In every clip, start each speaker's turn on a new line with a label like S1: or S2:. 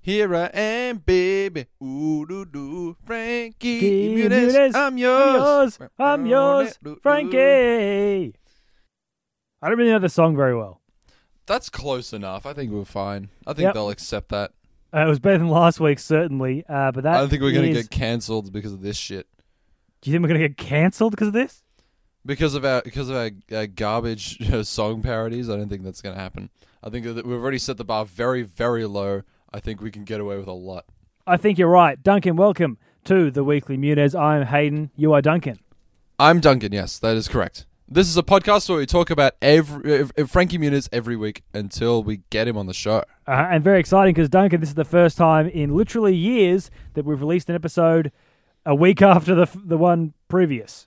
S1: Here I am, baby. Ooh, doo, doo. Frankie
S2: Frankie
S1: Muniz,
S2: Muniz,
S1: I'm yours.
S2: I'm yours, Frankie. I don't really know the song very well.
S1: That's close enough. I think we're fine. I think
S2: Yep.
S1: they'll accept that.
S2: Uh, it was better than last week, certainly. Uh, but that
S1: I don't think we're going to
S2: is-
S1: get cancelled because of this shit.
S2: Do you think we're gonna get cancelled because of this?
S1: Because of our because of our, our garbage song parodies, I don't think that's going to happen. I think that we've already set the bar very very low. I think we can get away with a lot.
S2: I think you're right, Duncan. Welcome to the Weekly Munez. I am Hayden. You are Duncan.
S1: I'm Duncan. Yes, that is correct. This is a podcast where we talk about every uh, Frankie Muniz every week until we get him on the show.
S2: Uh, and very exciting because Duncan, this is the first time in literally years that we've released an episode a week after the the one previous.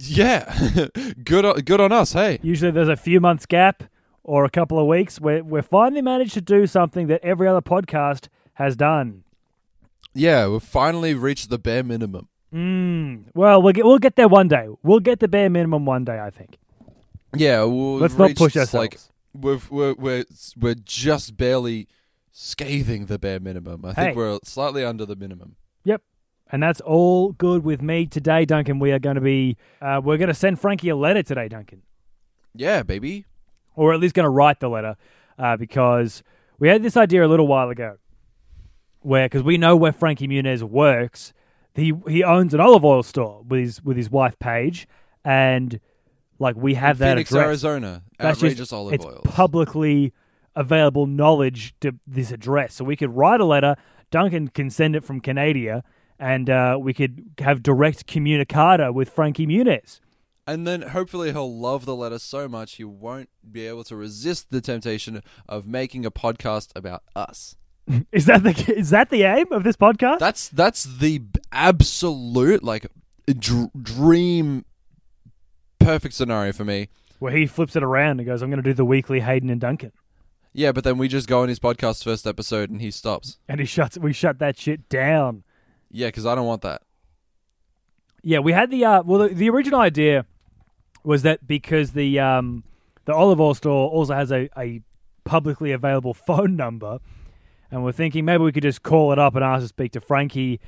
S1: Yeah, good on, good on us. Hey,
S2: Usually there's a few months gap or a couple of weeks where we finally managed to do something that every other podcast has done.
S1: yeah, we've finally reached the bare minimum.
S2: Mm. Well, we'll get we'll get there one day. We'll get the bare minimum one day, I think.
S1: Yeah, we've
S2: Let's not
S1: reached,
S2: push ourselves.
S1: Like we've, we're we're we're just barely scathing the bare minimum. I think
S2: Hey.
S1: we're slightly under the minimum.
S2: Yep. And that's all good with me today, Duncan. We are going to be uh, we're going to send Frankie a letter today, Duncan.
S1: Yeah, baby.
S2: or at least going to write the letter uh, because we had this idea a little while ago where because we know where Frankie Muniz works he he owns an olive oil store with his with his wife Paige and like we have that
S1: Phoenix,
S2: address
S1: Arizona.
S2: That's
S1: outrageous
S2: just,
S1: olive
S2: it's
S1: oils.
S2: publicly available knowledge to this address so we could write a letter Duncan can send it from Canada and uh, we could have direct communicata with Frankie Muniz
S1: And then hopefully he'll love the letter so much he won't be able to resist the temptation of making a podcast about us.
S2: is that the is that the aim of this podcast
S1: That's that's the b- absolute like dr- dream perfect scenario for me.
S2: where he flips it around and goes, "I'm going to do the weekly Hayden and Duncan,"
S1: Yeah, but then we just go on his podcast first episode and he stops.
S2: and he shuts. We shut that shit down.
S1: Yeah, because I don't want that.
S2: Yeah, we had the uh, well, the, the original idea was that because the um, the olive oil store also has a, a publicly available phone number, and we're thinking maybe we could just call it up and ask to speak to Frankie,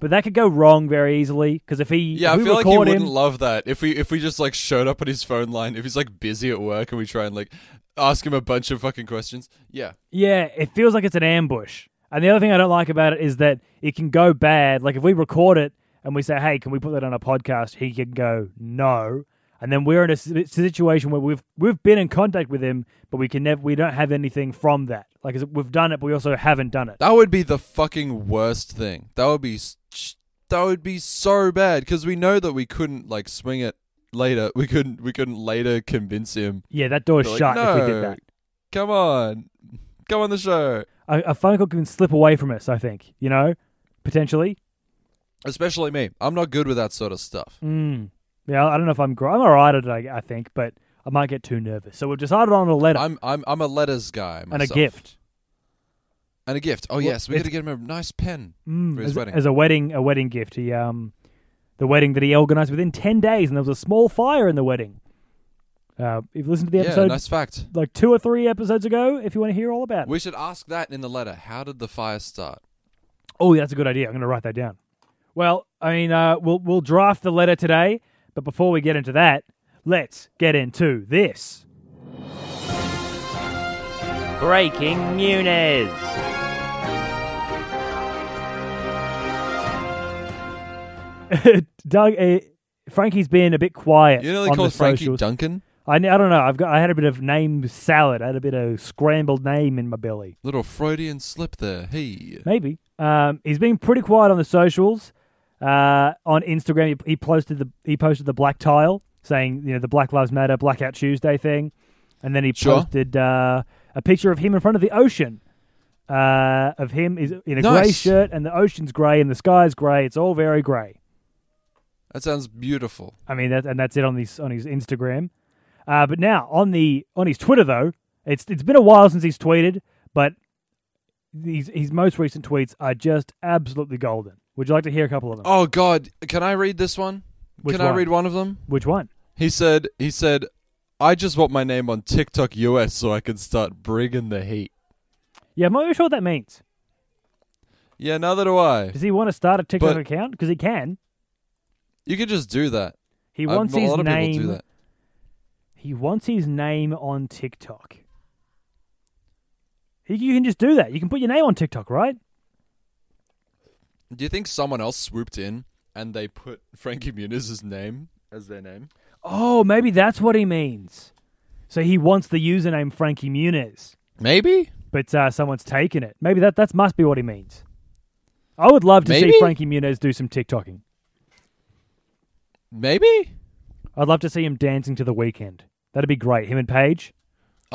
S2: but that could go wrong very easily because if he
S1: Yeah,
S2: if
S1: I
S2: we
S1: feel like he
S2: record
S1: wouldn't
S2: him,
S1: love that if we if we just like showed up at his phone line if he's like busy at work and we try and like ask him a bunch of fucking questions. Yeah,
S2: Yeah, it feels like it's an ambush. And the other thing I don't like about it is that it can go bad. Like if we record it and we say, "Hey, can we put that on a podcast?" He can go, "No." And then we're in a s- situation where we've we've been in contact with him, but we can never we don't have anything from that. Like is- we've done it, but we also haven't done it.
S1: That would be the fucking worst thing. That would be s- ch- that would be so bad because we know that we couldn't like swing it later. We couldn't we couldn't later convince him.
S2: Yeah, that door's
S1: Be like,
S2: shut if we
S1: "No."
S2: did that.
S1: Come on, come on the show.
S2: A, a phone call can slip away from us. I think you know, potentially.
S1: Especially me. I'm not good with that sort of stuff.
S2: Mm. Yeah, I don't know if I'm gr- I'm alright at it. I, I think, but I might get too nervous. So we've decided on a letter
S1: I'm I'm I'm a letters guy
S2: and a
S1: myself.
S2: gift.
S1: And a gift. Oh
S2: Well,
S1: yes, we
S2: it's-
S1: gotta get him a nice pen.
S2: Mm,
S1: for his
S2: as,
S1: wedding.
S2: as a wedding, a wedding gift. He um, the wedding that he organized within ten days, and there was a small fire in the wedding. Uh, if you listened to the
S1: Yeah,
S2: episode
S1: nice fact.
S2: like two or three episodes ago, if you want to hear all about it.
S1: We should ask that in the letter. How did the fire start?
S2: Oh, that's a good idea. I'm going to write that down. Well, I mean, uh, we'll we'll draft the letter today, but before we get into that, let's get into this.
S3: Breaking Muniz.
S2: Doug, uh, Frankie's been a bit quiet
S1: You know they
S2: on
S1: call
S2: the
S1: Frankie
S2: socials.
S1: Duncan?
S2: I, I don't know. I've got I had a bit of name salad. I had a bit of scrambled name in my belly.
S1: Little Freudian slip there. Hey.
S2: Maybe. Um, he's been pretty quiet on the socials. Uh, on Instagram, he, he posted the he posted the black tile saying you know the Black Lives Matter Blackout Tuesday thing, and then he
S1: Sure.
S2: posted uh, a picture of him in front of the ocean. Uh, of him is in a grey
S1: Nice.
S2: shirt, and the ocean's grey, and the sky's grey. It's all very grey.
S1: That sounds beautiful.
S2: I mean, that, and that's it on his on his Instagram. Uh, but now on the on his Twitter though, it's it's been a while since he's tweeted, but these his most recent tweets are just absolutely golden. Would you like to hear a couple of them?
S1: Oh God, can I read this one?
S2: Which
S1: can I
S2: one?
S1: read one of them?
S2: Which one?
S1: He said. He said, "I just want my name on TikTok US so I can start bringing the heat."
S2: Yeah, I'm not really sure what that means.
S1: Yeah, neither do I.
S2: Does he want to start a TikTok
S1: But-
S2: account? Because he can.
S1: You could just do that.
S2: He
S1: I-
S2: wants
S1: a
S2: his
S1: lot of
S2: name.
S1: people do that.
S2: He wants his name on TikTok. He, you can just do that. You can put your name on TikTok, right?
S1: Do you think someone else swooped in and they put Frankie Muniz's name as their name?
S2: Oh, maybe that's what he means. So he wants the username Frankie Muniz,
S1: Maybe.
S2: but uh, someone's taken it. Maybe that that must be what he means. I would love to see
S1: Maybe?
S2: Frankie Muniz do some TikToking.
S1: Maybe.
S2: I'd love to see him dancing to the weekend. That'd be great. Him and Paige.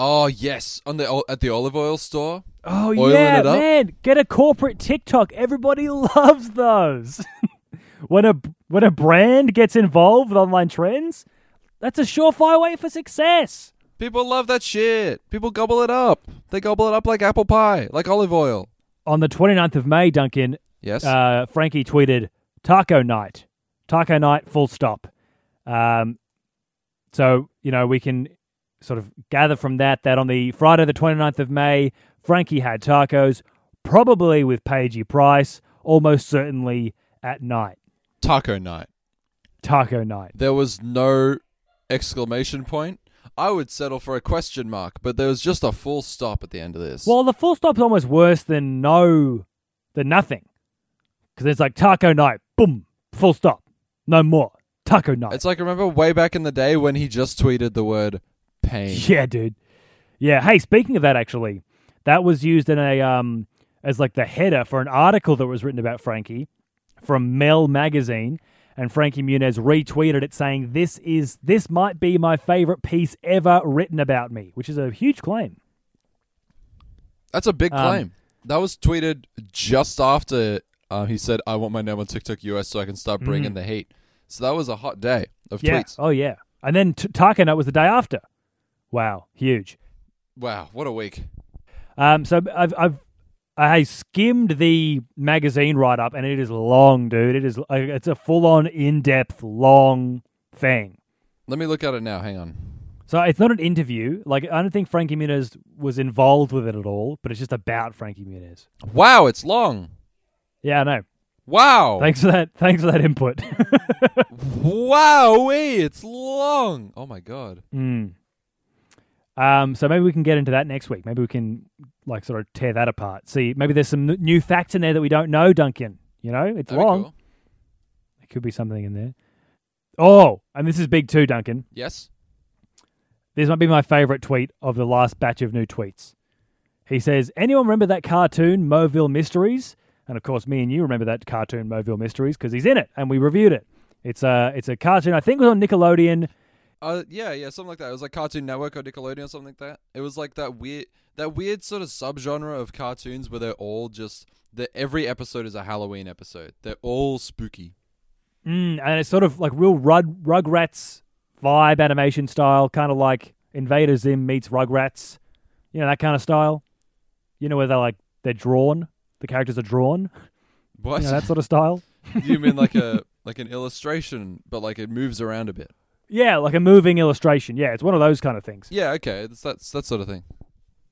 S1: Oh yes, on the ol- at the olive oil store.
S2: Oh
S1: Oiling
S2: yeah,
S1: it up.
S2: man! Get a corporate TikTok. Everybody loves those. when a when a brand gets involved with online trends, that's a surefire way for success.
S1: People love that shit. People gobble it up. They gobble it up like apple pie, like olive oil.
S2: On the 29th of May, Duncan,
S1: Yes.
S2: uh, Frankie tweeted taco night, taco night, full stop. Um, so you know we can sort of gather from that that on the Friday the 29th of May, Frankie had tacos, probably with Paigey Price, almost certainly at night,
S1: Taco night.
S2: taco night.
S1: There was no exclamation point. I would settle for a question mark, but there was just a full stop at the end of this.
S2: Well, the full stop's almost worse than no, than nothing, because it's like taco night, boom, full stop, no more taco night.
S1: It's like remember way back in the day when he just tweeted the word pain.
S2: Yeah, dude. Yeah. Hey, speaking of that, actually, that was used in a um as like the header for an article that was written about Frankie from Mel magazine, and Frankie Muniz retweeted it saying, "This is this might be my favorite piece ever written about me," which is a huge claim.
S1: That's a big
S2: Um,
S1: claim. that was tweeted just after uh, he said, "I want my name on TikTok US so I can start bringing the heat." So that was a hot day of
S2: Mm-hmm. Yeah.
S1: tweets.
S2: Oh yeah. And then t- Taco Night was the day after. Wow, huge.
S1: Wow, what a week!
S2: Um, so I've I've I skimmed the magazine write up, and it is long, dude. It is like, it's a full on in depth long thing.
S1: Let me look at it now. Hang on.
S2: So it's not an interview. Like I don't think Frankie Muniz was involved with it at all, but it's just about Frankie Muniz.
S1: Wow, it's long.
S2: Yeah, I know.
S1: Wow.
S2: Thanks for that. Thanks for that input.
S1: Wowee, it's long. Oh my god.
S2: Mm. Um, so maybe we can get into that next week. Maybe we can like sort of tear that apart. See, maybe there's some n- new facts in there that we don't know, Duncan. You know, it's
S1: That'd be
S2: long.
S1: cool.
S2: There could be something in there. Oh, and this is big too, Duncan.
S1: Yes.
S2: This might be my favorite tweet of the last batch of new tweets. He says, Anyone remember that cartoon, Moville Mysteries? And of course, me and you remember that cartoon, Moville Mysteries, because he's in it and we reviewed it. It's a, it's a cartoon, I think it was on Nickelodeon.
S1: Uh, yeah, yeah, something like that. It was like Cartoon Network or Nickelodeon or something like that. It was like that weird, that weird sort of subgenre of cartoons where they're all just that every episode is a Halloween episode. They're all spooky.
S2: Mm, and it's sort of like real Rud, Rugrats vibe animation style, kind of like Invader Zim meets Rugrats, you know, that kind of style. You know, where they're like, they're drawn, the characters are drawn,
S1: What?
S2: you know, that sort of style.
S1: you mean like a like an illustration, but like it moves around a bit?
S2: Yeah, like a moving illustration. Yeah, it's one of those kind of things.
S1: Yeah, okay, that's that's that sort of thing.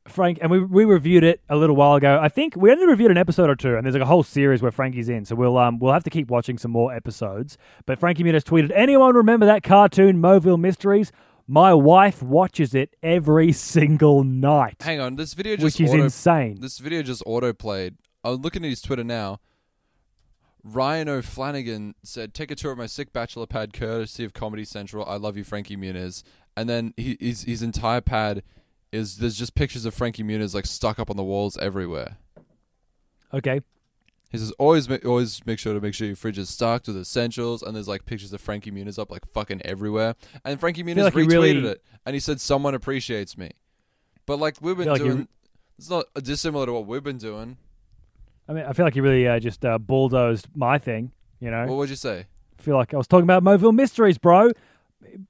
S2: Frank, and we, we reviewed it a little while ago. I think we only reviewed an episode or two, and there's like a whole series where Frankie's in. So we'll um we'll have to keep watching some more episodes. But Frankie Muniz tweeted, "Anyone remember that cartoon Moville Mysteries? My wife watches it every single night,
S1: Hang on, this video just
S2: which is
S1: auto,
S2: insane."
S1: this video just auto played. I'm looking at his Twitter now. Ryan O'Flanagan said, "Take a tour of my sick bachelor pad, courtesy of Comedy Central. I love you, Frankie Muniz." And then he, his his entire pad is there's just pictures of Frankie Muniz like stuck up on the walls everywhere.
S2: Okay,
S1: He says, "Always ma- always make sure to make sure your fridge is stocked with essentials." And there's like pictures of Frankie Muniz up like fucking everywhere. And Frankie Muniz
S2: like he
S1: retweeted
S2: really-
S1: it, and he said, "Someone appreciates me." But like we've been
S2: like he
S1: doing,
S2: re-
S1: it's not dissimilar to what we've been doing.
S2: I mean, I feel like you really uh, just uh, bulldozed my thing. You know,
S1: What would you say?
S2: I feel like I was talking about Moville Mysteries, bro.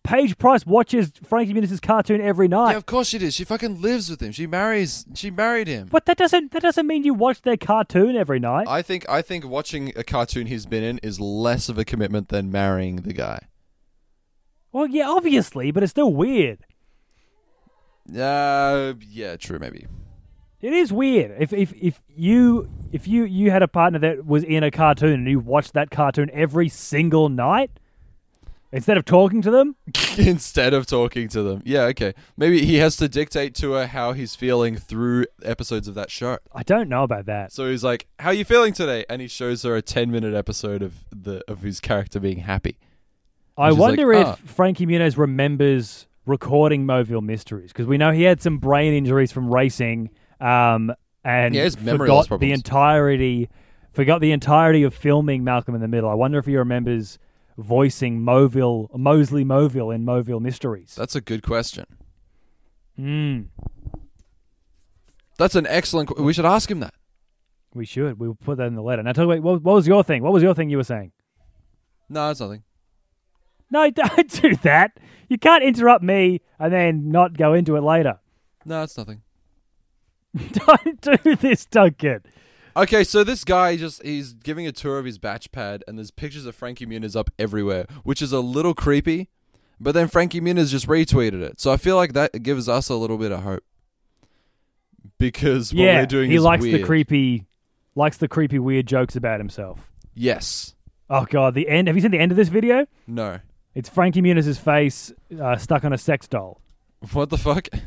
S2: Paige Price watches Frankie Muniz's cartoon every night.
S1: yeah, of course she did. She fucking lives with him. She marries. She married him.
S2: But that doesn't that doesn't mean you watch their cartoon every night.
S1: I think I think watching a cartoon he's been in is less of a commitment than marrying the guy.
S2: Well, yeah, obviously, but it's still weird.
S1: Uh, yeah, true, maybe.
S2: It is weird. If if if you if you you had a partner that was in a cartoon and you watched that cartoon every single night instead of talking to them,
S1: instead of talking to them. Yeah, okay. Maybe he has to dictate to her how he's feeling through episodes of that show.
S2: I don't know about that.
S1: So he's like, "How are you feeling today?" And he shows her a ten-minute episode of the of his character being happy.
S2: I
S1: She's
S2: wonder
S1: like,
S2: if
S1: "Ah."
S2: Frankie Muniz remembers recording Mobile Mysteries because we know he had some brain injuries from racing, um, and
S1: Yeah, he has memory loss
S2: forgot the
S1: problems.
S2: entirety, forgot the entirety of filming Malcolm in the Middle. I wonder if he remembers voicing Mobile Mosley Mobile in Mobile Mysteries.
S1: That's a good question.
S2: Mm,
S1: That's an excellent. Qu- we should ask him that.
S2: we should. We'll put that in the letter. Now, tell me, wait, what, what was your thing? What was your thing you were saying?
S1: No, it's nothing.
S2: No, don't do that. You can't interrupt me and then not go into it later.
S1: No, it's nothing.
S2: Don't do this, Duncan.
S1: Okay, so this guy just he's giving a tour of his batch pad and there's pictures of Frankie Muniz up everywhere, which is a little creepy. But then Frankie Muniz just retweeted it. So I feel like that gives us a little bit of hope. Because what
S2: yeah,
S1: we're doing
S2: he
S1: is
S2: likes the
S1: weird.
S2: creepy, likes the creepy weird jokes about himself.
S1: Yes.
S2: Oh god, the end. Have you seen the end of this video?
S1: No.
S2: It's Frankie Muniz's face uh, stuck on a sex doll.
S1: What the fuck?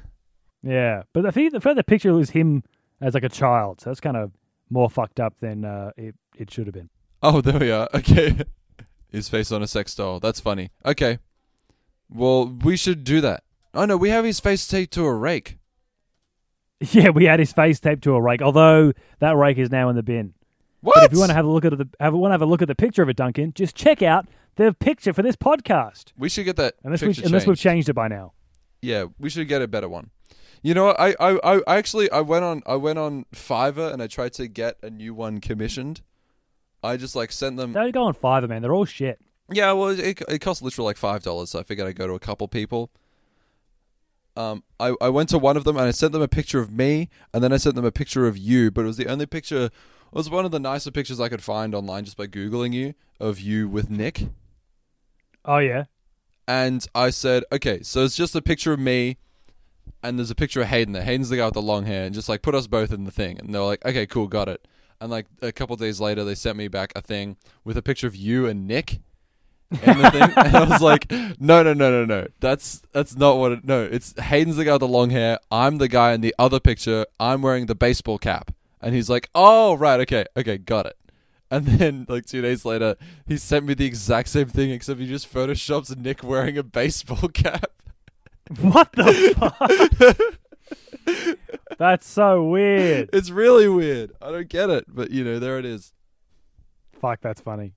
S2: Yeah, but I think the further picture was him as like a child, so that's kind of more fucked up than uh, it it should have been.
S1: Oh, there we are. Okay. His face on a sex doll. That's funny. Okay. Well, we should do that. Oh no, we have his face taped to a rake.
S2: Yeah, we had his face taped to a rake, although that rake is now in the bin.
S1: What?
S2: But if you want to have a look at the have want to have a look at the picture of it, Duncan, just check out the picture for this podcast.
S1: we should get that.
S2: Unless we
S1: picture
S2: unless we've
S1: changed.
S2: changed it by now.
S1: Yeah, we should get a better one. You know, what? I, I, I- I actually I went on I went on Fiverr and I tried to get a new one commissioned. I just like sent them.
S2: Don't go on Fiverr, man. They're all shit.
S1: Yeah, well, it it cost literally like five dollars, so I figured I'd go to a couple people. Um, I I went to one of them and I sent them a picture of me, and then I sent them a picture of you. But it was the only picture. It was one of the nicer pictures I could find online just by googling you of you with Nick.
S2: Oh yeah.
S1: and I said, okay, so it's just a picture of me, and there's a picture of Hayden there. Hayden's the guy with the long hair, and just like put us both in the thing. And they're like, okay, cool, got it. And like a couple days later, they sent me back a thing with a picture of you and Nick. in the thing, and I was like, "No, no, no, no, no. That's that's not what. It, no, it's Hayden's the guy with the long hair. I'm the guy in the other picture. I'm wearing the baseball cap." And he's like, "Oh, right, okay, okay, got it." And then, like two days later, he sent me the exact same thing, except he just photoshops Nick wearing a baseball cap.
S2: What the fuck? That's so weird.
S1: It's really weird. I don't get it, but you know, there it is.
S2: Fuck, that's funny.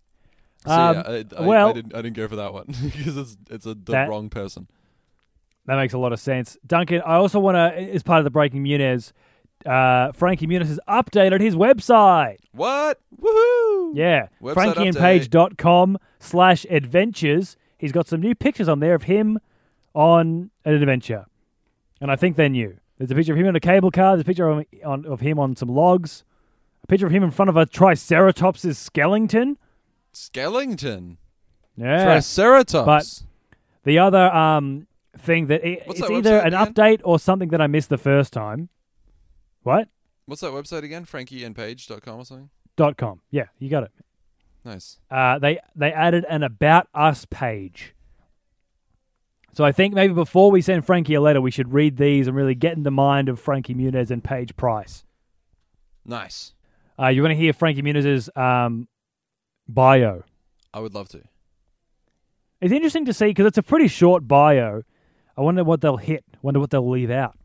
S1: So,
S2: Um,
S1: yeah, I, I,
S2: well-
S1: I didn't, I didn't go for that one because it's it's a, the
S2: That-
S1: wrong person.
S2: That makes a lot of sense. Duncan, I also want to, as part of the Breaking Muniz, uh, Frankie Muniz has updated his website.
S1: What? Woohoo!
S2: Yeah.
S1: Website
S2: FrankieandPage.com slash adventures. He's got some new pictures on there of him on an adventure. And I think they're new. There's a picture of him on a cable car. There's a picture of, on, of him on some logs. A picture of him in front of a Triceratops' skeleton.
S1: Skellington.
S2: Yeah.
S1: Triceratops.
S2: The other um thing that it,
S1: What's
S2: it's
S1: that
S2: either
S1: website
S2: an
S1: again?
S2: update or something that I missed the first time. What?
S1: What's that website again? FrankieandPage.com or something?
S2: dot com. Yeah, you got it.
S1: Nice.
S2: Uh, they they added an about us page. So I think maybe before we send Frankie a letter, we should read these and really get in the mind of Frankie Muniz and Paige Price.
S1: Nice.
S2: Uh, you want to hear Frankie Muniz's um, bio?
S1: I would love to.
S2: It's interesting to see because it's a pretty short bio. I wonder what they'll hit. Wonder what they'll leave out.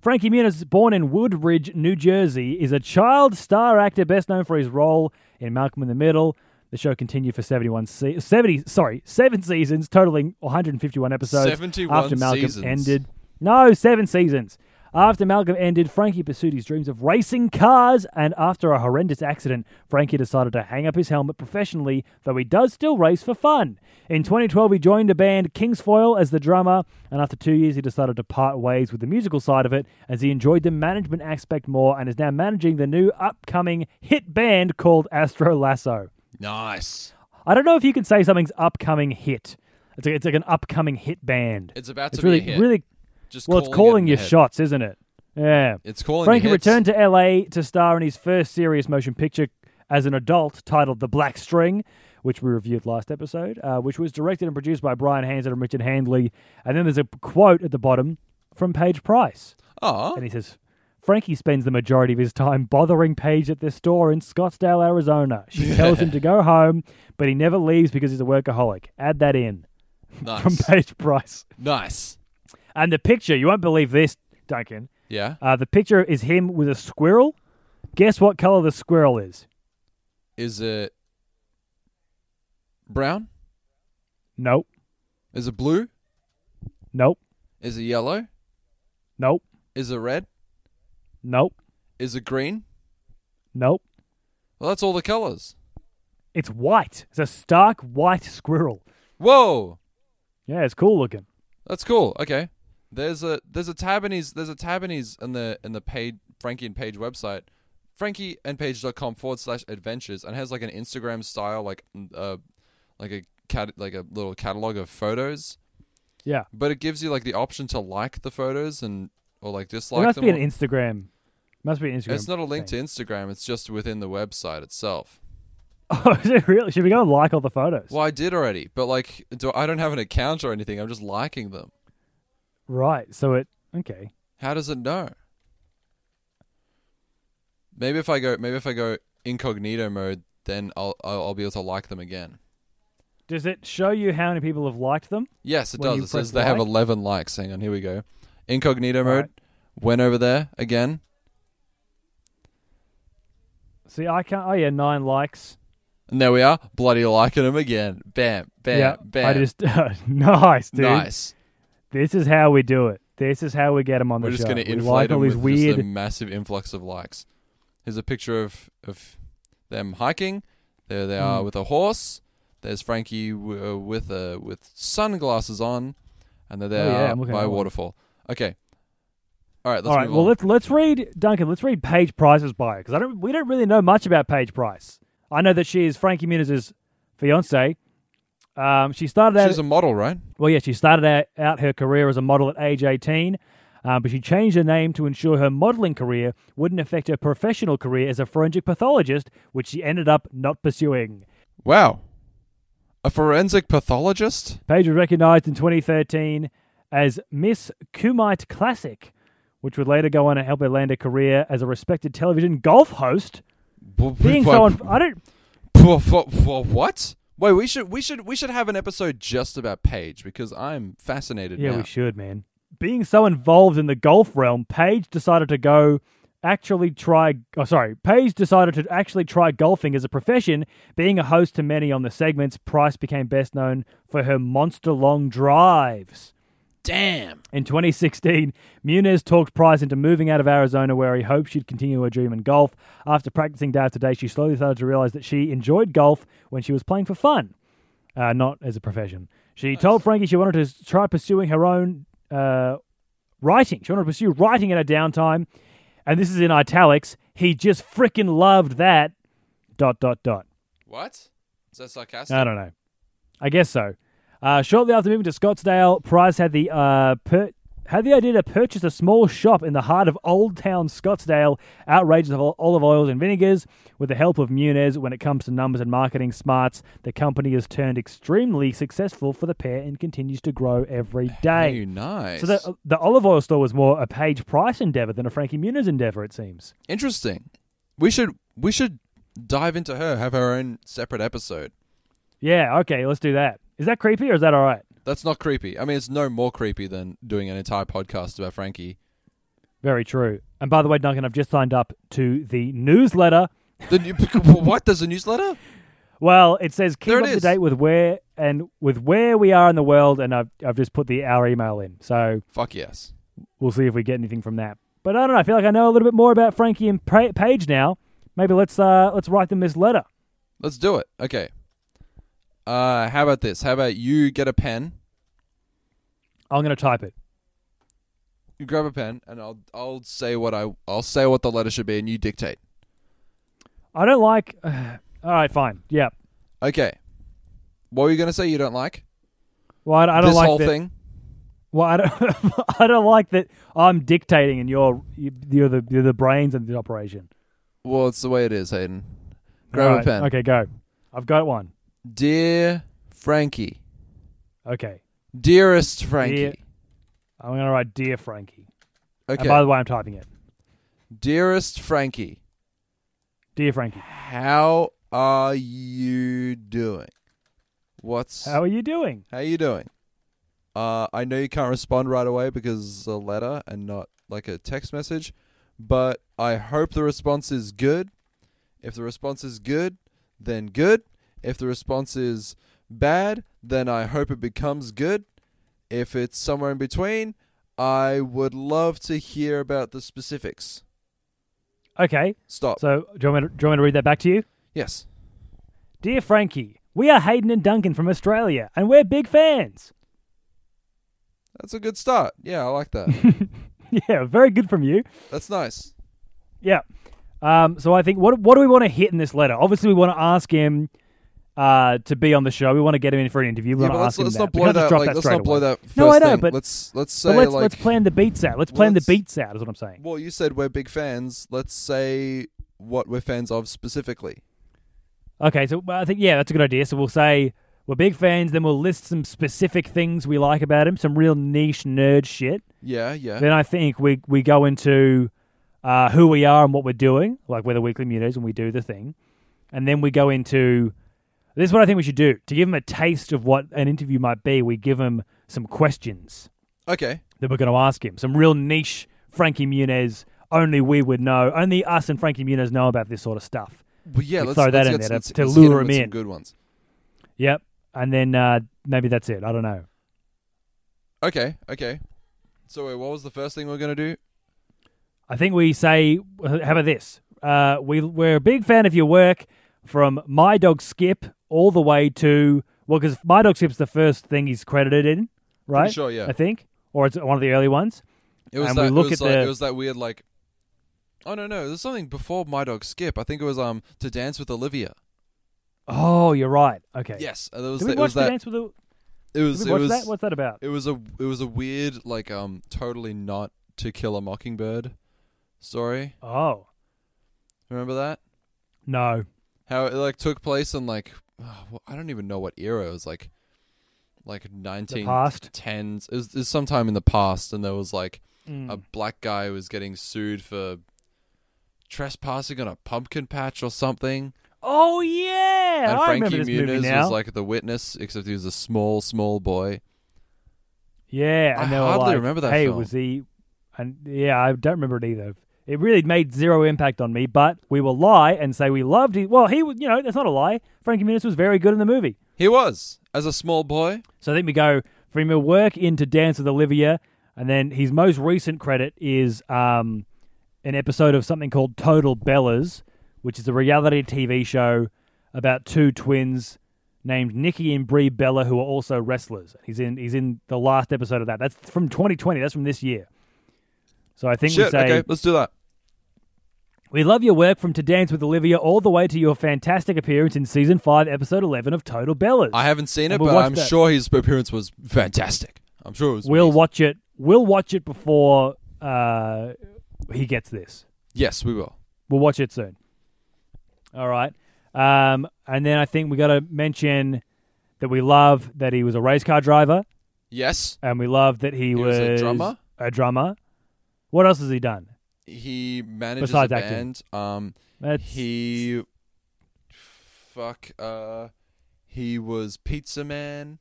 S2: Frankie Muniz, born in Woodridge, New Jersey, is a child star actor best known for his role in Malcolm in the Middle. The show continued for 71 se- 70 sorry, 7 seasons totaling 151 episodes
S1: 71
S2: after Malcolm
S1: seasons.
S2: ended. No, 7 seasons. After Malcolm ended, Frankie pursued his dreams of racing cars, and after a horrendous accident, Frankie decided to hang up his helmet professionally, though he does still race for fun. In 2012, he joined the band Kingsfoil as the drummer, and after two years, he decided to part ways with the musical side of it as he enjoyed the management aspect more and is now managing the new upcoming hit band called Astro Lasso.
S1: Nice.
S2: I don't know if you can say something's upcoming hit. It's like, it's like an upcoming hit band.
S1: It's about to
S2: It's really,
S1: be a hit.
S2: really
S1: Just
S2: well, it's
S1: calling it
S2: calling
S1: in
S2: your
S1: the head.
S2: shots, isn't it? Yeah.
S1: It's calling the
S2: Frankie
S1: hits.
S2: returned to LA to star in his first serious motion picture as an adult titled The Black String, which we reviewed last episode, uh, which was directed and produced by Brian Hansen and Richard Handley. And then there's a quote at the bottom from Paige Price.
S1: Aw.
S2: And he says, Frankie spends the majority of his time bothering Paige at their store in Scottsdale, Arizona. She tells him to go home, but he never leaves because he's a workaholic. Add that in from
S1: Nice.
S2: Paige Price.
S1: nice.
S2: And the picture, you won't believe this, Duncan.
S1: Yeah.
S2: Uh, the picture is him with a squirrel. Guess what color the squirrel is?
S1: Is it brown?
S2: Nope.
S1: Is it blue?
S2: Nope.
S1: Is it yellow?
S2: Nope.
S1: Is it red?
S2: Nope.
S1: Is it green?
S2: Nope.
S1: Well, that's all the colors.
S2: It's white. It's a stark white squirrel.
S1: Whoa,
S2: Yeah, it's cool looking.
S1: that's cool. Okay, there's a there's a tab in his there's a tab in his in the in the paid Frankie and Page website, frankieandpage.com forward slash adventures, and has like an Instagram style like uh like a cat like a little catalog of photos,
S2: Yeah.
S1: but it gives you like the option to like the photos and or like dislike
S2: It must
S1: them.
S2: be an
S1: or-
S2: Instagram. Must be an Instagram.
S1: it's not a link to
S2: thing.
S1: Instagram. It's just within the website itself.
S2: Oh, is it really? Should we go and like all the photos?
S1: Well, I did already, but like, do I don't have an account or anything. I'm just liking them.
S2: Right. So it. Okay.
S1: How does it know? Maybe if I go, maybe if I go incognito mode, then I'll I'll, I'll be able to like them again.
S2: Does it show you how many people have liked them?
S1: Yes, it
S2: When
S1: does.
S2: you
S1: It says
S2: press
S1: they have
S2: like?
S1: eleven likes. Hang on, here we go. Incognito mode.
S2: Alright.
S1: Went over there again.
S2: See, I can't. Oh yeah, nine likes.
S1: And there we are. Bloody liking them again. Bam, bam,
S2: yeah.
S1: bam.
S2: I just nice, dude.
S1: nice.
S2: This is how we do it. This is how we get them on
S1: We're
S2: the
S1: just
S2: show.
S1: gonna
S2: we
S1: inflate
S2: like all
S1: them
S2: these
S1: with just
S2: weird.
S1: a massive influx of likes. Here's a picture of of them hiking. There they are
S2: Mm.
S1: with a horse. There's Frankie w- uh, with a with sunglasses on, and they're there
S2: Oh, yeah,
S1: are
S2: I'm looking
S1: by
S2: at
S1: a
S2: one.
S1: waterfall. Okay. All right. Let's
S2: All right.
S1: move
S2: Well,
S1: on.
S2: let's let's read Duncan. Let's read Paige Price's bio because I don't. We don't really know much about Paige Price. I know that she is Frankie Muniz's fiance. Um, she started out.
S1: She's a model, right?
S2: well, yeah, she started out, out her career as a model at age eighteen, um, but she changed her name to ensure her modeling career wouldn't affect her professional career as a forensic pathologist, which she ended up not pursuing.
S1: Wow. A forensic pathologist.
S2: Page was recognized in 2013 as Miss Kumite Classic, which would later go on and help her land a career as a respected television golf host. Being so, un- I don't.
S1: Wha- wha- wha- What? Wait, we should we should we should have an episode just about Paige because I'm fascinated.
S2: Yeah,
S1: now.
S2: we should, man. Being so involved in the golf realm, Paige decided to go actually try. Oh, sorry, Paige decided to actually try golfing as a profession. Being a host to many on the segments, Price became best known for her monster long drives.
S1: Damn.
S2: In 2016, Muniz talked Price into moving out of Arizona, where he hoped she'd continue her dream in golf. After practicing day after day, she slowly started to realize that she enjoyed golf when she was playing for fun, uh, not as a profession. She told Frankie she wanted to s- try pursuing her own uh, writing. She wanted to pursue writing in her downtime, and this is in italics. He just frickin' loved that. Dot dot dot.
S1: What? Is that sarcastic?
S2: I don't know. I guess so. Uh, shortly after moving to Scottsdale, Price had the uh, per- had the idea to purchase a small shop in the heart of Old Town Scottsdale, outrageous of olive oils and vinegars. With the help of Munez, when it comes to numbers and marketing smarts, the company has turned extremely successful for the pair and continues to grow every
S1: Very
S2: day.
S1: nice.
S2: So the uh, the olive oil store was more a Page Price endeavor than a Frankie Muniz endeavor, it seems.
S1: Interesting. We should we should dive into her, have her own separate episode.
S2: Yeah. Okay. Let's do that. Is that creepy or is that all right?
S1: That's not creepy. I mean, it's no more creepy than doing an entire podcast about Frankie.
S2: Very true. And by the way, Duncan, I've just signed up to the newsletter.
S1: The new- what? There's a newsletter.
S2: Well, it says keep
S1: There it
S2: up to
S1: is.
S2: date with where and with where we are in the world, and I've I've just put the our email in. So
S1: Fuck yes.
S2: we'll see if we get anything from that. But I don't know. I feel like I know a little bit more about Frankie and pra- Paige now. Maybe let's uh let's write them this letter.
S1: Let's do it. Okay. Uh, how about this? How about you get a pen?
S2: I'm gonna type it.
S1: You grab a pen, and I'll I'll say what I I'll say what the letter should be, and you dictate.
S2: I don't like. all right, fine. Yeah.
S1: Okay. What were you gonna say? You don't like
S2: Well, I, I don't
S1: this
S2: like
S1: whole
S2: that-
S1: thing?
S2: Well, I don't, I don't like that I'm dictating and you're you- you're the you're the brains of the operation.
S1: Well, it's the way it is, Hayden. Grab
S2: Alright,
S1: a pen.
S2: Okay, go. I've got one.
S1: Dear Frankie,
S2: Okay,
S1: dearest Frankie.
S2: Dear- I'm gonna write dear Frankie.
S1: okay,
S2: And by the way, I'm typing it.
S1: dearest Frankie,
S2: Dear Frankie,
S1: how are you doing? What's
S2: how are you doing?
S1: How you doing? Uh, I know you can't respond right away because it's a letter and not like a text message, but I hope the response is good. If the response is good, then good. If the response is bad, then I hope it becomes good. If it's somewhere in between, I would love to hear about the specifics.
S2: Okay,
S1: Stop.
S2: so do you, want me to, do you want me to read that back to you?
S1: yes.
S2: Dear Frankie, we are Hayden and Duncan from Australia, and we're big fans.
S1: That's a good start. Yeah, I like that.
S2: Yeah, very good from you.
S1: That's nice.
S2: Yeah. Um, so I think what what do we want to hit in this letter? Obviously, we want to ask him uh, to be on the show. We want to get him in for an interview. We
S1: Yeah,
S2: want
S1: but
S2: to
S1: let's,
S2: ask him
S1: let's
S2: that.
S1: not
S2: We
S1: blow
S2: can't just
S1: that.
S2: drop
S1: Like, let's not
S2: straight
S1: blow
S2: away.
S1: that first
S2: No, I know,
S1: thing.
S2: but-
S1: let's let's say
S2: But let's
S1: like
S2: let's plan the beats out. Let's plan the
S1: let's-
S2: beats out. Is what I'm saying.
S1: Well, you said we're big fans. Let's say what we're fans of specifically.
S2: Okay, so well, I think yeah, that's a good idea. So we'll say we're big fans. Then we'll list some specific things we like about him, some real niche nerd shit.
S1: Yeah, yeah.
S2: Then I think we we go into uh, who we are and what we're doing, like we're the weekly mutos and we do the thing, and then we go into this is what I think we should do to give them a taste of what an interview might be. We give them some questions
S1: okay.
S2: that we're going to ask him, some real niche Frankie Muniz. Only we would know. Only us and Frankie Muniz know about this sort of stuff.
S1: Well, yeah.
S2: We
S1: Let's
S2: throw
S1: let's
S2: that in
S1: get some-
S2: there to-
S1: let's-
S2: to
S1: let's hit 'em
S2: lure 'em
S1: with some
S2: in.
S1: Good ones.
S2: Yep. And then uh, maybe that's it. I don't know.
S1: Okay, okay. So wait, what was the first thing we are gonna do?
S2: I think we say, how about this? Uh, we, we're a big fan of your work from My Dog Skip all the way to, well, because My Dog Skip's the first thing he's credited in, right?
S1: sure, yeah.
S2: I think. Or it's one of the early ones.
S1: It was
S2: And
S1: that.
S2: we look
S1: it was
S2: at
S1: like,
S2: the-
S1: it was that weird like. Oh no no! There's something before my dog Skip. I think it was um to dance with Olivia.
S2: Oh, you're right. Okay.
S1: Yes, uh, there was,
S2: Did we
S1: that, it was
S2: watch the
S1: that.
S2: dance with the.
S1: It was
S2: Did
S1: it
S2: we watch
S1: was
S2: that? What's that about?
S1: it was a it was a weird like um totally not to kill a mockingbird story.
S2: Oh,
S1: Remember that?
S2: no.
S1: how it like took place in like uh, well, I don't even know what era it was like like
S2: The
S1: nineteen
S2: past.
S1: tens. It was, it was sometime in the past, and there was like
S2: Mm.
S1: a black guy who was getting sued for trespassing on a pumpkin patch or something.
S2: Oh, yeah.
S1: and
S2: I
S1: Frankie
S2: remember this
S1: Muniz
S2: movie now.
S1: was like the witness, except he was a small, small boy.
S2: Yeah,
S1: I
S2: and they were
S1: hardly
S2: like,
S1: remember that
S2: Hey,
S1: film."
S2: was he? And yeah, I don't remember it either. It really made zero impact on me. But we will lie and say we loved it. Well, he, was- you know, that's not a lie. Frankie Muniz was very good in the movie.
S1: He was as a small boy.
S2: So I think we go from your work into Dance with Olivia, and then his most recent credit is um, an episode of something called Total Bellas, which is a reality TV show about two twins named Nikki and Brie Bella, who are also wrestlers. He's in he's in the last episode of that. That's from 2020. That's from this year. So I think we
S1: Shit.
S2: say
S1: Okay, let's do that.
S2: we love your work from To Dance with Olivia all the way to your fantastic appearance in season five, episode 11 of Total Bellas.
S1: I haven't seen it,
S2: We'll
S1: but
S2: watch
S1: I'm
S2: that.
S1: sure his appearance was fantastic. I'm sure it was.
S2: We'll
S1: amazing.
S2: watch it. We'll watch it before uh, he gets this.
S1: yes, we will.
S2: We'll watch it soon. All right. Um, and then I think we got to mention that we love that he was a race car driver,
S1: Yes.
S2: and we love that he,
S1: He was a drummer?
S2: A drummer. What else has he done?
S1: he manages
S2: Besides
S1: a
S2: acting.
S1: band. Um,
S2: That's,
S1: he fuck. Uh, he was Pizza Man.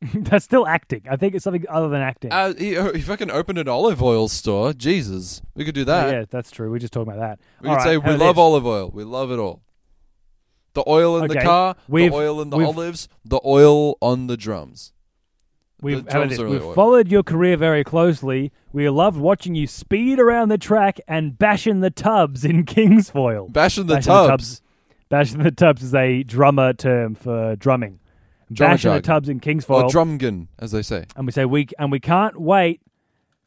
S2: that's still acting. I think it's something other than acting.
S1: Uh, he, oh, he fucking opened an olive oil store. Jesus, we could do that.
S2: yeah, that's true. We just talking about that.
S1: uh, We
S2: All
S1: could
S2: right,
S1: say
S2: how
S1: we
S2: about
S1: love
S2: this?
S1: olive oil. We love it all. The oil in the
S2: Okay,
S1: car, the
S2: we've-
S1: oil in the
S2: we've-
S1: olives, the oil on the drums.
S2: We've,
S1: The
S2: how about
S1: drums
S2: this?
S1: are really
S2: We've
S1: oily.
S2: followed your career very closely. We loved watching you speed around the track and bashing the tubs in Kingsfoil.
S1: Bashing the
S2: Bashing
S1: tubs.
S2: Bashing the tubs is a drummer term for drumming.
S1: Drummer
S2: bashing the
S1: jargon.
S2: tubs in
S1: or
S2: Kingsfoil.
S1: drumgun, as they say.
S2: and we say we and we can't wait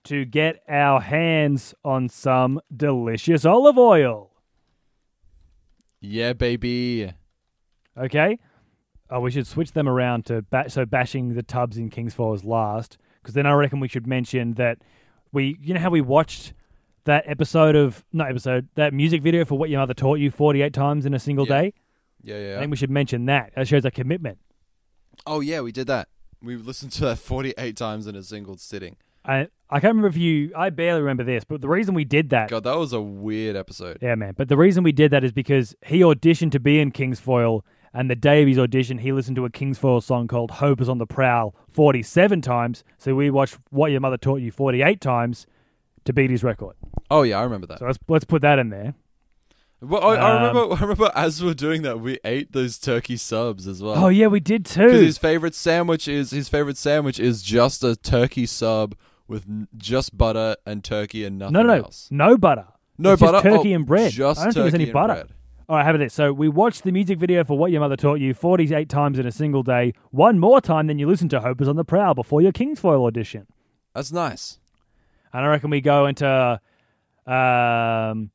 S2: to get our hands on some delicious olive oil.
S1: Yeah, baby.
S2: Okay. Oh, we should switch them around to ba- so bashing the tubs in Kingsfoil is last because then I reckon we should mention that we, you know, how we watched that episode of not episode that music video for what your mother taught you forty eight times in a single
S1: Yeah.
S2: day.
S1: Yeah,
S2: I
S1: yeah. yeah.
S2: think we should mention that. That shows our commitment.
S1: oh yeah, we did that. We listened to that 48 times in a single sitting.
S2: I I can't remember if you. I barely remember this, but the reason we did that.
S1: God, that was a weird episode.
S2: Yeah, man. But the reason we did that is because he auditioned to be in Kingsfoil, and the day of his audition, he listened to a Kingsfoil song called "Hope Is on the Prowl" forty-seven times. So we watched "What Your Mother Taught You" forty-eight times to beat his record.
S1: Oh yeah, I remember that.
S2: So let's let's put that in there.
S1: Well, I, I
S2: Um,
S1: remember. I remember as we were doing that, we ate those turkey subs as well.
S2: Oh yeah, we did
S1: because
S2: too.
S1: his favorite sandwich is his favorite sandwich is just a turkey sub with n- just butter and turkey and nothing
S2: No, no, no,
S1: else.
S2: no butter.
S1: No
S2: It's
S1: butter,
S2: just turkey
S1: oh,
S2: and bread.
S1: Just
S2: I don't think
S1: turkey
S2: there's any
S1: and
S2: butter.
S1: bread.
S2: All right, have it. So we watched the music video for "What Your Mother Taught You" forty-eight times in a single day, one more time than you listened to "Hope Is on the Prowl" before your Kingsfoil audition.
S1: That's nice.
S2: And I reckon we go into um,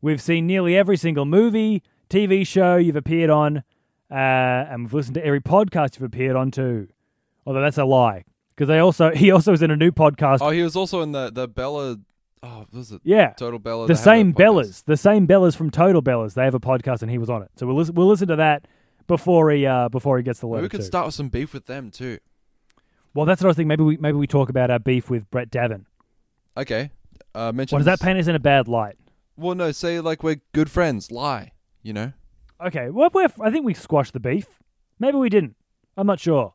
S2: we've seen nearly every single movie, TV show you've appeared on, uh, and we've listened to every podcast you've appeared on too. Although that's a lie, because they also he also is in a new podcast.
S1: Oh, he was also in the the Bella. Oh, what was it
S2: yeah,
S1: Total Bella?
S2: the
S1: Oh, They have that
S2: same
S1: podcast.
S2: Bellas, the same Bellas from Total Bellas. They have a podcast, and he was on it. So we'll listen, we'll listen to that before he uh, before he gets the
S1: Maybe
S2: letter.
S1: we could
S2: too.
S1: start with some beef with them too.
S2: Well, that's what I was thinking. Maybe we maybe we talk about our beef with Brett Davin.
S1: Okay. Uh, mention
S2: What does that
S1: this-
S2: paint us in a bad light?
S1: Well, no. Say like we're good friends. Lie. You know.
S2: Okay, well, we're, I think we squashed the beef. Maybe we didn't. I'm not sure.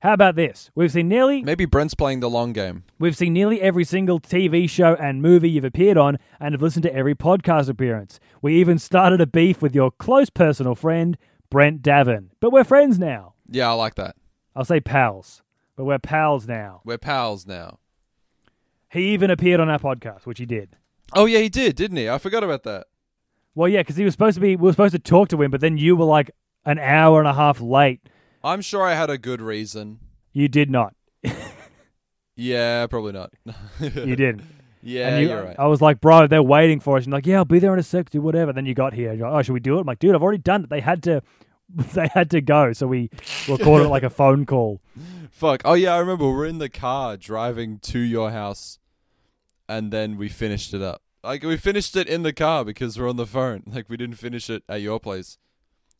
S2: How about this? We've seen nearly
S1: Maybe Brent's playing the long game.
S2: we've seen nearly every single TV show and movie you've appeared on, and have listened to every podcast appearance. We even started a beef with your close personal friend Brent Davin, but we're friends now.
S1: Yeah, I like that.
S2: I'll say pals, but we're pals now.
S1: We're pals now.
S2: He even appeared on our podcast, which he did.
S1: Oh yeah, he did, didn't he? I forgot about that.
S2: Well, yeah, because he was supposed to be. We were supposed to talk to him, but then you were like an hour and a half late.
S1: I'm sure I had a good reason.
S2: You did not.
S1: Yeah, probably not.
S2: You didn't.
S1: yeah,
S2: and you, uh,
S1: you, are right.
S2: I was like, bro, they're waiting for us. And like, yeah, I'll be there in a sec, do whatever. Then you got here. You're like, oh, should we do it? I'm like, dude, I've already done it. They had to, they had to go. So we recorded it like a phone call.
S1: Fuck. Oh yeah, I remember. We're in the car driving to your house, and then we finished it up. Like we finished it in the car because we're on the phone. Like we didn't finish it at your place.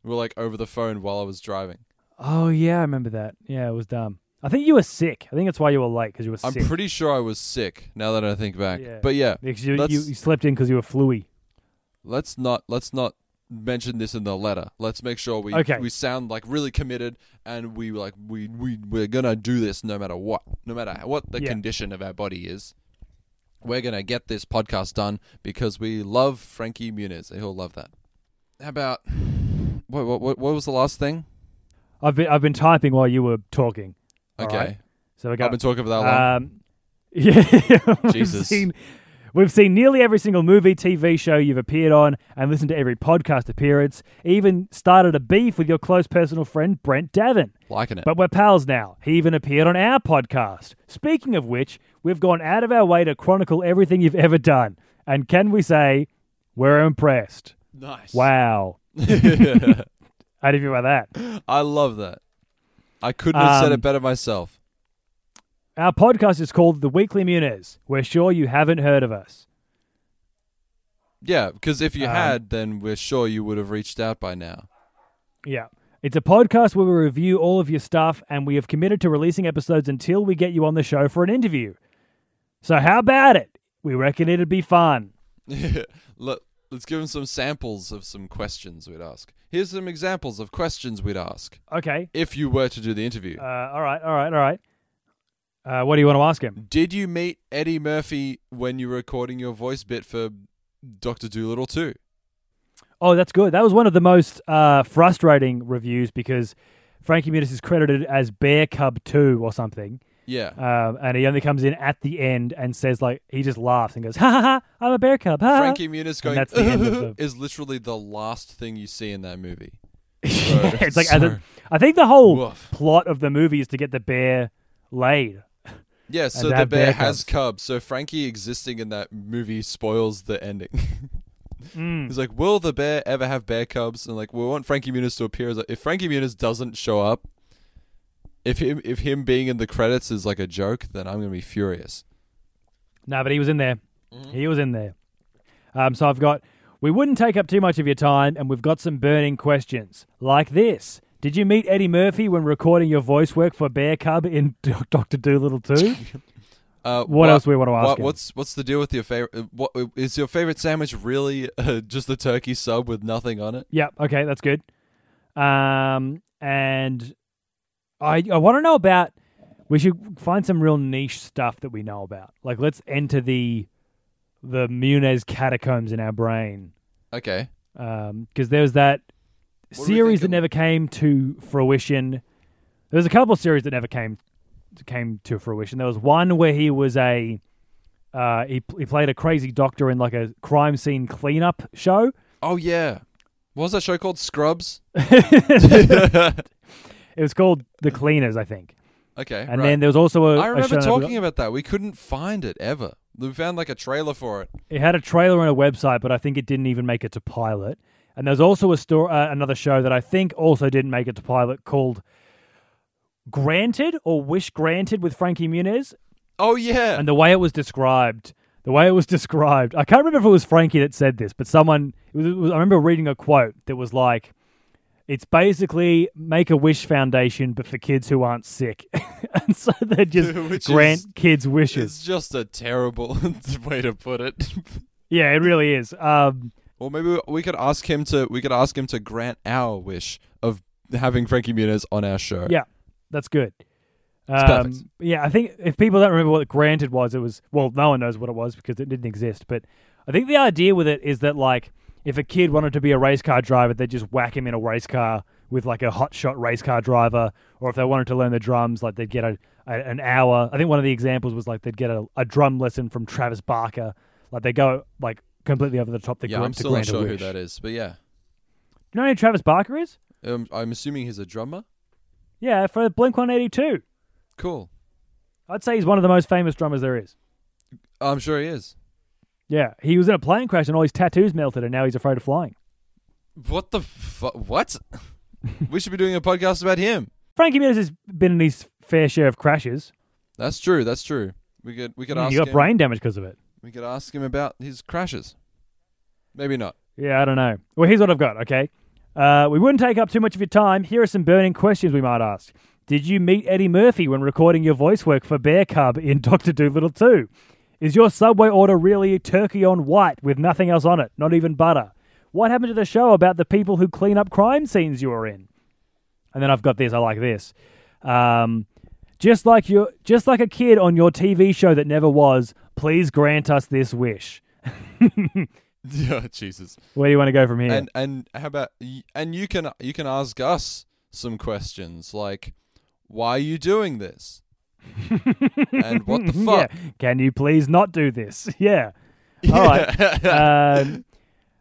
S1: We were like over the phone while I was driving.
S2: Oh yeah, I remember that. Yeah, it was dumb. I think you were sick. I think that's why you were late because you were
S1: I'm
S2: sick.
S1: pretty sure I was sick now that I think back.
S2: Yeah.
S1: But yeah,
S2: Because you,
S1: That's-
S2: you, you slept in because you were fluey.
S1: let's not let's not mention this in the letter. Let's make sure we
S2: Okay.
S1: we sound like really committed and we like we we we're gonna do this no matter what, no matter what the
S2: Yeah.
S1: condition of our body is. We're gonna get this podcast done because we love Frankie Muniz. He'll love that. How about what what what, what was the last thing?
S2: I've been, I've been typing while you were talking. All
S1: Okay,
S2: right. So we got
S1: I've been talking for that long.
S2: Um, yeah, we've
S1: Jesus.
S2: Seen, we've seen nearly every single movie, TV show you've appeared on, and listened to every podcast appearance. Even started a beef with your close personal friend Brent Davin.
S1: Liking it.
S2: But we're pals now. He even appeared on our podcast. Speaking of which, we've gone out of our way to chronicle everything you've ever done. And can we say, we're impressed?
S1: nice.
S2: Wow. How do you feel about that?
S1: I love that. I couldn't have said
S2: Um,
S1: it better myself.
S2: Our podcast is called The Weekly Muniz. We're sure you haven't heard of us.
S1: Yeah, because if you
S2: um,
S1: had, then we're sure you would have reached out by now.
S2: Yeah. It's a podcast where we review all of your stuff, and we have committed to releasing episodes until we get you on the show for an interview. So, how about it? We reckon it'd be fun.
S1: Let, let's give him some samples of some questions we'd ask. Here's some examples of questions we'd ask
S2: Okay.
S1: if you were to do the interview.
S2: Uh, all right. All right. All right. Uh, what do you want to ask him?
S1: Did you meet Eddie Murphy when you were recording your voice bit for Doctor Doolittle too?
S2: Oh, that's good. That was one of the most uh, frustrating reviews because Frankie Muniz is credited as Bear Cub 2 or something.
S1: Yeah.
S2: Um, and he only comes in at the end and says, like, he just laughs and goes, ha ha ha, I'm a bear cub. Ha, ha, ha."
S1: Frankie Muniz going
S2: that's the end of the-
S1: is literally the last thing you see in that movie.
S2: Yeah, it's like, as
S1: Sorry.
S2: a, I think the whole
S1: Woof.
S2: plot of the movie is to get the bear laid.
S1: Yeah, so
S2: they
S1: the
S2: have
S1: bear
S2: bear
S1: has cubs. So Frankie existing in that movie spoils the ending.
S2: Mm.
S1: He's like, will the bear ever have bear cubs? And like, we want Frankie Muniz to appear as a- if Frankie Muniz doesn't show up, If him if him being in the credits is like a joke, then I'm gonna be furious.
S2: No, but he was in there.
S1: Mm.
S2: He was in there. Um, so I've got, we wouldn't take up too much of your time, and we've got some burning questions like this. Did you meet Eddie Murphy when recording your voice work for Bear Cub in Doctor Doolittle 2?
S1: Uh,
S2: What else we wanna ask
S1: What,
S2: him?
S1: what's what's the deal with your favorite? uh, What is your favorite sandwich? Really, uh, just the turkey sub with nothing on it?
S2: yeah, okay, that's good. Um, and I, I want to know about, we should find some real niche stuff that we know about. Like, let's enter the the Munez catacombs in our brain.
S1: Okay.
S2: because there was that
S1: What do we think
S2: series that
S1: of-
S2: never came to fruition. There was a couple of series that never came came to fruition. There was one where he was a uh, he he played a crazy doctor in like a crime scene cleanup show.
S1: Oh yeah. What was that show called? Scrubs.
S2: It was called The Cleaners, I think.
S1: Okay.
S2: And
S1: right.
S2: then there was also a
S1: I
S2: a
S1: remember
S2: show that we
S1: talking about that. We couldn't find it ever. We found like a trailer for it.
S2: It had a trailer and a website, but I think it didn't even make it to pilot. And there's also a store, uh, another show that I think also didn't make it to pilot called Granted or Wish Granted with Frankie Muniz.
S1: Oh yeah.
S2: And the way it was described, the way it was described, I can't remember if it was Frankie that said this, but someone, it was, it was- I remember reading a quote that was like, it's basically Make a Wish Foundation, but for kids who aren't sick. and so they
S1: Which
S2: just grant
S1: is-
S2: kids wishes.
S1: it's just a terrible way to put it.
S2: Yeah, it really is. Um,
S1: Or maybe we- we could ask him to we could ask him to grant our wish of having Frankie Muniz on our show.
S2: Yeah, that's good. Um,
S1: perfect.
S2: yeah, I think if people don't remember what it granted was, it was well, no one knows what it was because it didn't exist. But I think the idea with it is that like if a kid wanted to be a race car driver, they'd just whack him in a race car with like a hotshot race car driver, or if they wanted to learn the drums, like they'd get a, a an hour. I think one of the examples was like they'd get a, a drum lesson from Travis Barker. Like they go like completely over the top. They
S1: Yeah,
S2: grant
S1: I'm
S2: to
S1: still
S2: grant
S1: not
S2: a
S1: sure who
S2: wish.
S1: that is, but yeah,
S2: You know who Travis Barker is?
S1: um, I'm assuming he's a drummer.
S2: Yeah, for Blink One Eighty Two.
S1: Cool,
S2: I'd say he's one of the most famous drummers there is.
S1: I'm sure he is.
S2: Yeah, he was in a plane crash and all his tattoos melted, and now he's afraid of flying.
S1: What the fu- what? we should be doing a podcast about him.
S2: Frankie Muniz has been in his fair share of crashes.
S1: That's true. That's true. We could we could ask
S2: He got
S1: him.
S2: brain damage because of it.
S1: We could ask him about his crashes. Maybe not.
S2: Yeah, I don't know. Well, here's what I've got. Okay, uh, we wouldn't take up too much of your time. Here are some burning questions we might ask. Did you meet Eddie Murphy when recording your voice work for Bear Cub in Doctor Doolittle Two? Is your Subway order really turkey on white with nothing else on it, not even butter? What happened to the show about the people who clean up crime scenes you were in? And then I've got this. I like this. Um, just like your, just like a kid on your TV show that never was. Please grant us this wish.
S1: Yeah, Jesus.
S2: Where do you want to go from here?
S1: And and how about y- and you can you can ask us some questions like why are you doing this? and what the fuck?
S2: Yeah. Can you please not do this? Yeah. All right. Um,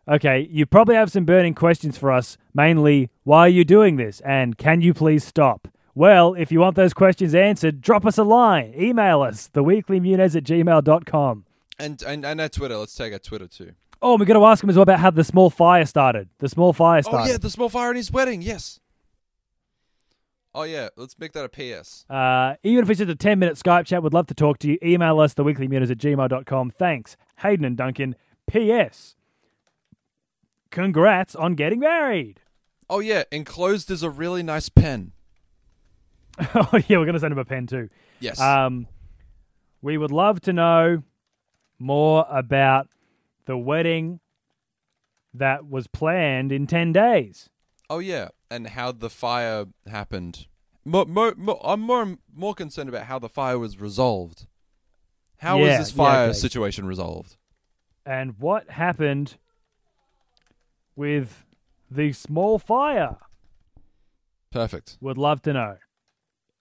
S2: okay. You probably have some burning questions for us, mainly why are you doing this? And can you please stop? Well, if you want those questions answered, drop us a line. Email us, theweeklymunez at gmail.com.
S1: And and and our Twitter. Let's take our Twitter too.
S2: Oh, and we're going to ask him as well about how the small fire started. The small fire
S1: Oh yeah,
S2: started.
S1: the small fire in his wedding. Yes. Oh yeah, let's make that a PS.
S2: Uh, even if it's just a 10 minute Skype chat, we'd love to talk to you. Email us, theweeklymunez at gmail.com. Thanks, Hayden and Duncan. P.S. Congrats on getting married.
S1: Oh yeah, enclosed is a really nice pen.
S2: oh, yeah, we're going to send him a pen too.
S1: Yes.
S2: Um, we would love to know more about the wedding that was planned in 10 days.
S1: oh yeah, and how the fire happened. Mo- mo- mo- I'm more more concerned about how the fire was resolved. How
S2: Yeah,
S1: was this
S2: yeah,
S1: fire
S2: okay.
S1: situation resolved?
S2: And what happened with the small fire?
S1: Perfect.
S2: Would love to know.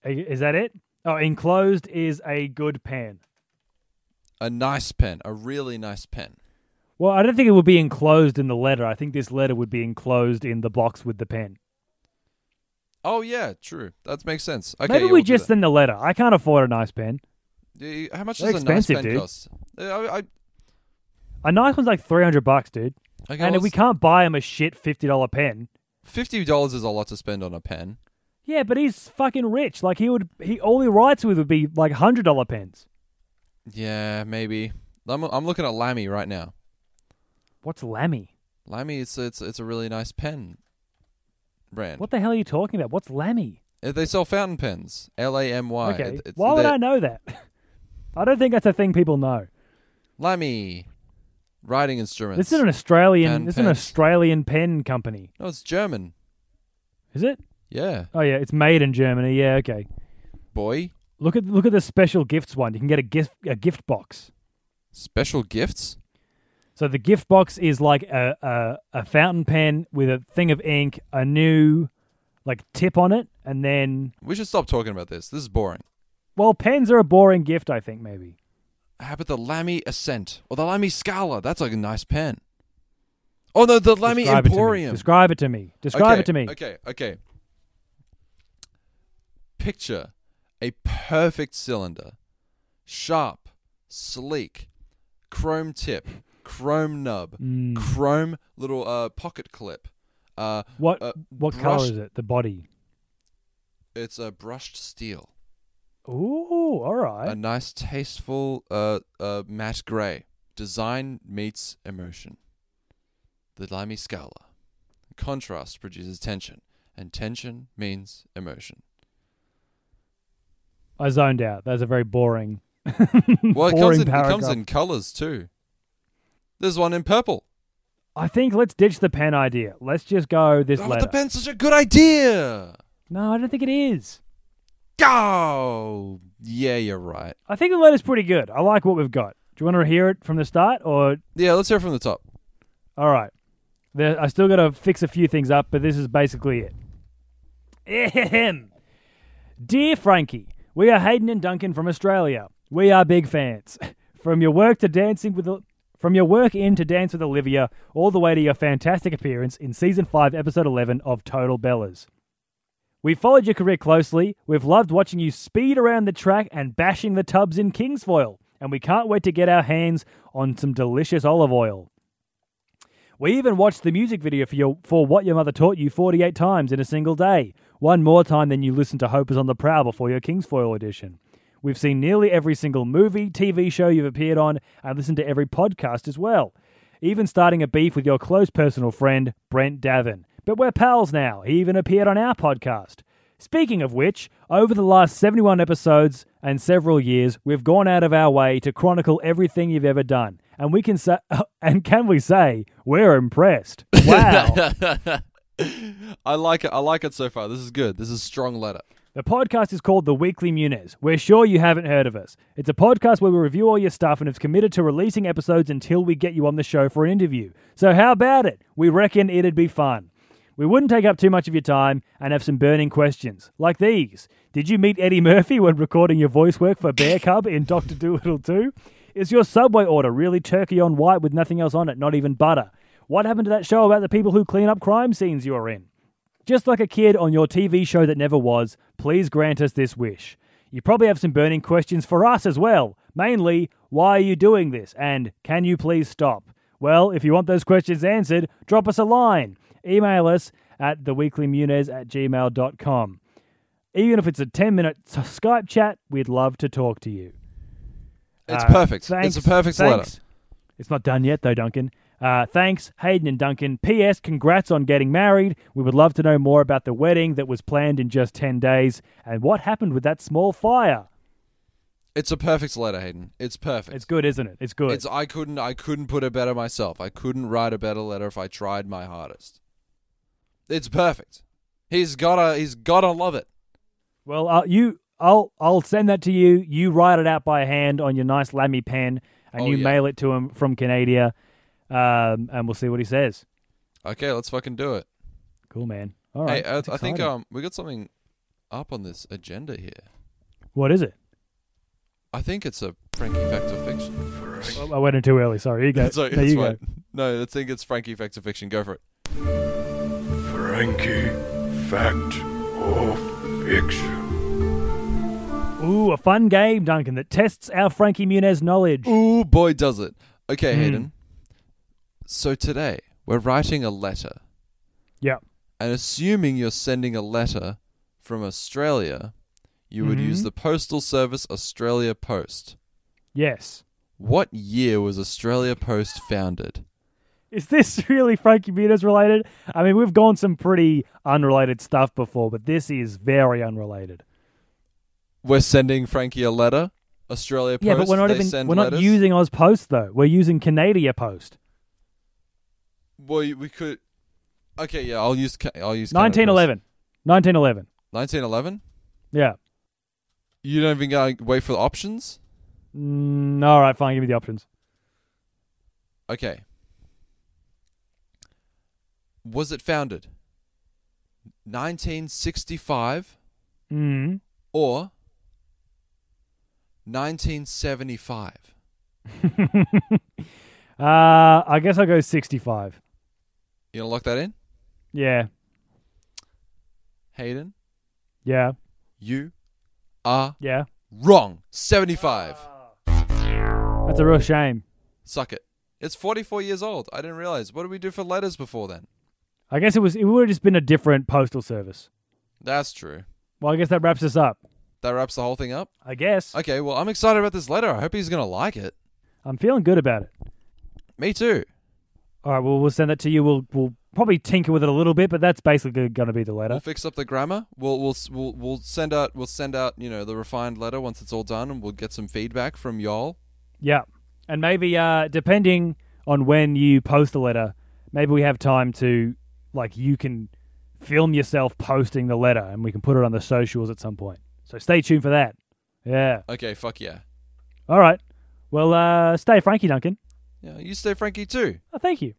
S2: I- Is that it? Oh, enclosed is a good pen.
S1: A nice pen, a really nice pen.
S2: Well, I don't think it would be enclosed in the letter. I think this letter would be enclosed in the box with the pen.
S1: Oh yeah, true. That makes sense. Okay, yeah,
S2: Maybe we
S1: we'll do
S2: just
S1: that.
S2: send the letter. I can't afford a nice pen.
S1: Y- How much
S2: They're
S1: does a nice
S2: expensive,
S1: pen
S2: dude.
S1: cost? Uh, I, I,
S2: A nice one's like 300 bucks, dude.
S1: okay,
S2: and
S1: well,
S2: we can't buy him a shit $50 pen.
S1: fifty dollars is a lot to spend on a pen.
S2: Yeah, but he's fucking rich. Like he would, he all he writes with would be like hundred dollar pens.
S1: Yeah, maybe. I'm I'm looking at Lammy right now.
S2: What's Lammy?
S1: Lammy, it's it's it's a really nice pen brand.
S2: What the hell are you talking about? What's Lammy?
S1: Uh, They sell fountain pens. L A M Y.
S2: Okay,
S1: It- it's-
S2: why would
S1: they're-
S2: I know that? I don't think that's a thing people know.
S1: Lammy, writing instruments.
S2: This is an Australian.
S1: Pen
S2: This is an
S1: pens.
S2: Australian pen company,
S1: no, it's German.
S2: is it?
S1: Yeah,
S2: Oh yeah, it's made in Germany. Yeah, okay.
S1: boy.
S2: Look at look at the special gifts one. You can get a gift a gift box.
S1: Special gifts.
S2: So the gift box is like a, a, a fountain pen with a thing of ink, a new like tip on it, and then
S1: We should stop talking about this. This is boring.
S2: well, pens are a boring gift, I think maybe.
S1: How about the Lammy Ascent or the Lammy Scala? That's like a nice pen. Oh no, the Lammy
S2: Describe It to me.
S1: Emporium.
S2: Describe it to me. Describe
S1: okay,
S2: it to me.
S1: Okay, okay. Picture a perfect cylinder, sharp, sleek, chrome tip, chrome nub,
S2: Mm.
S1: chrome little uh, pocket clip. Uh,
S2: What
S1: uh,
S2: what color
S1: brushed-
S2: is it? The body.
S1: It's a brushed steel,
S2: Ooh, all
S1: a
S2: right.
S1: nice, tasteful uh, uh, matte gray. Design meets emotion. The Limey Scala. Contrast produces tension, and tension means emotion.
S2: I zoned out. That's a very boring.
S1: Well, it comes,
S2: boring
S1: in, it comes
S2: paragraph.
S1: in colors too. There's one in purple.
S2: I think let's ditch the pen idea. Let's just go this
S1: Oh,
S2: letter.
S1: the pen's such a good idea.
S2: No, I don't think it is.
S1: Go. Yeah, you're right.
S2: I think the letter's pretty good. I like what we've got. Do you want to hear it from the start or
S1: Yeah, let's hear from the top.
S2: All right. There, I still got to fix a few things up, but this is basically it. Ahem. Dear Frankie, we are Hayden and Duncan from Australia. We are big fans. From your work to dancing with, from your work in to dance with Olivia, all the way to your fantastic appearance in season five, episode eleven of Total Bellas. We've followed your career closely. We've loved watching you speed around the track and bashing the tubs in Kingsfoil, and we can't wait to get our hands on some delicious olive oil. We even watched the music video for your for What Your Mother Taught You 48 times in a single day, one more time than you listened to Hope is on the Prowl before your Kingsfoil edition. We've seen nearly every single movie, TV show you've appeared on, and listened to every podcast as well. Even starting a beef with your close personal friend, Brent Davin. But we're pals now. He even appeared on our podcast. Speaking of which, over the last 71 episodes and several years, we've gone out of our way to chronicle everything you've ever done. And we can say, and can we say, we're impressed. Wow.
S1: I like it. I like it so far. This is good. This is strong letter.
S2: The podcast is called The Weekly Muniz. We're sure you haven't heard of us. It's a podcast where we review all your stuff and have committed to releasing episodes until we get you on the show for an interview. So, how about it? We reckon it'd be fun. We wouldn't take up too much of your time and have some burning questions, like these Did you meet Eddie Murphy when recording your voice work for Bear Cub in Doctor Dolittle 2? Is your Subway order really turkey on white with nothing else on it, not even butter? What happened to that show about the people who clean up crime scenes you are in? Just like a kid on your TV show that never was, please grant us this wish. You probably have some burning questions for us as well. Mainly, why are you doing this? And can you please stop? Well, if you want those questions answered, drop us a line. Email us at theweeklymunez at gmail.com. Even if it's a 10 minute s- Skype chat, we'd love to talk to you.
S1: It's
S2: Uh,
S1: perfect.
S2: Thanks,
S1: it's a perfect
S2: thanks. It's not done yet, though, Duncan. Uh, thanks, Hayden and Duncan. P.S. Congrats on getting married. We would love to know more about the wedding that was planned in just 10 days and what happened with that small fire.
S1: letter. It's a perfect letter, Hayden. It's perfect.
S2: It's good, isn't it? It's good.
S1: It's I couldn't I couldn't put it better myself. I couldn't write a better letter if I tried my hardest. It's perfect. He's gotta he's gotta love it.
S2: well, uh, you, I'll, I'll send that to you. You write it out by hand on your nice lamy pen and
S1: Oh,
S2: you
S1: yeah.
S2: mail it to him from Canada, um, and we'll see what he says.
S1: Okay, let's fucking do it.
S2: Cool, man. All right.
S1: hey, I,
S2: That's
S1: I think
S2: exciting.
S1: um we got something up on this agenda here. um,
S2: What is it?
S1: I think it's a Frankie Fact or Fiction.
S2: Oh, I went in too early. Sorry. You go.
S1: Sorry,
S2: there
S1: that's
S2: you
S1: fine.
S2: go.
S1: No, I think it's Frankie Fact or Fiction. Go for it.
S4: Frankie, fact or fiction?
S2: Ooh, a fun game, Duncan, that tests our Frankie Muniz knowledge.
S1: Ooh, boy, does it.
S2: Hmm.
S1: Okay, Hayden. So today we're writing a letter,
S2: Yeah.
S1: and assuming you're sending a letter from Australia, you would use
S2: Mhm.
S1: the Postal Service Australia Post.
S2: Yes.
S1: What year was Australia Post founded?
S2: Is this really Frankie Muniz related? I mean, we've gone some pretty unrelated stuff before, but this is very unrelated.
S1: We're sending Frankie a letter. Australia Post.
S2: yeah, but we're not
S1: they
S2: even
S1: send
S2: we're not
S1: letters.
S2: using Oz Post though. We're using Canada Post.
S1: Well, you- we could. Okay, yeah, I'll use. Ca- I'll use. Canada Post.
S2: 1911. 1911.
S1: 1911.
S2: Yeah.
S1: You don't even gotta wait for the options.
S2: Mm, all right, fine. Give me the options.
S1: Okay. Was it founded 1965
S2: Mm.
S1: or 1975?
S2: Uh, I guess I'll go 65.
S1: You gonna lock that in,
S2: Yeah.
S1: Hayden?
S2: Yeah.
S1: You are
S2: Yeah.
S1: wrong. 75.
S2: That's a real shame.
S1: Suck it. It's 44 years old. I didn't realize. What did we do for letters before then?
S2: I guess it was it would have just been a different postal service.
S1: That's true.
S2: Well, I guess that wraps us up.
S1: That wraps the whole thing up.
S2: I guess.
S1: Okay, well, I'm excited about this letter. I hope he's gonna like it.
S2: I'm feeling good about it.
S1: Me too.
S2: All right, well, we'll send that to you. We'll we'll probably tinker with it a little bit, but that's basically going to be the
S1: We'll
S2: letter.
S1: fix up the grammar. We'll we'll s- we'll we'll send out we'll send out you know the refined letter once it's all done, and we'll get some feedback from y'all.
S2: Yeah, and maybe uh, depending on when you post the letter, maybe we have time to like you can film yourself posting the letter, and we can put it on the socials at some point. So stay tuned for that. Yeah.
S1: Okay, fuck yeah.
S2: All right. Well, uh, stay Frankie Duncan.
S1: Yeah, you stay Frankie too.
S2: Oh, thank you.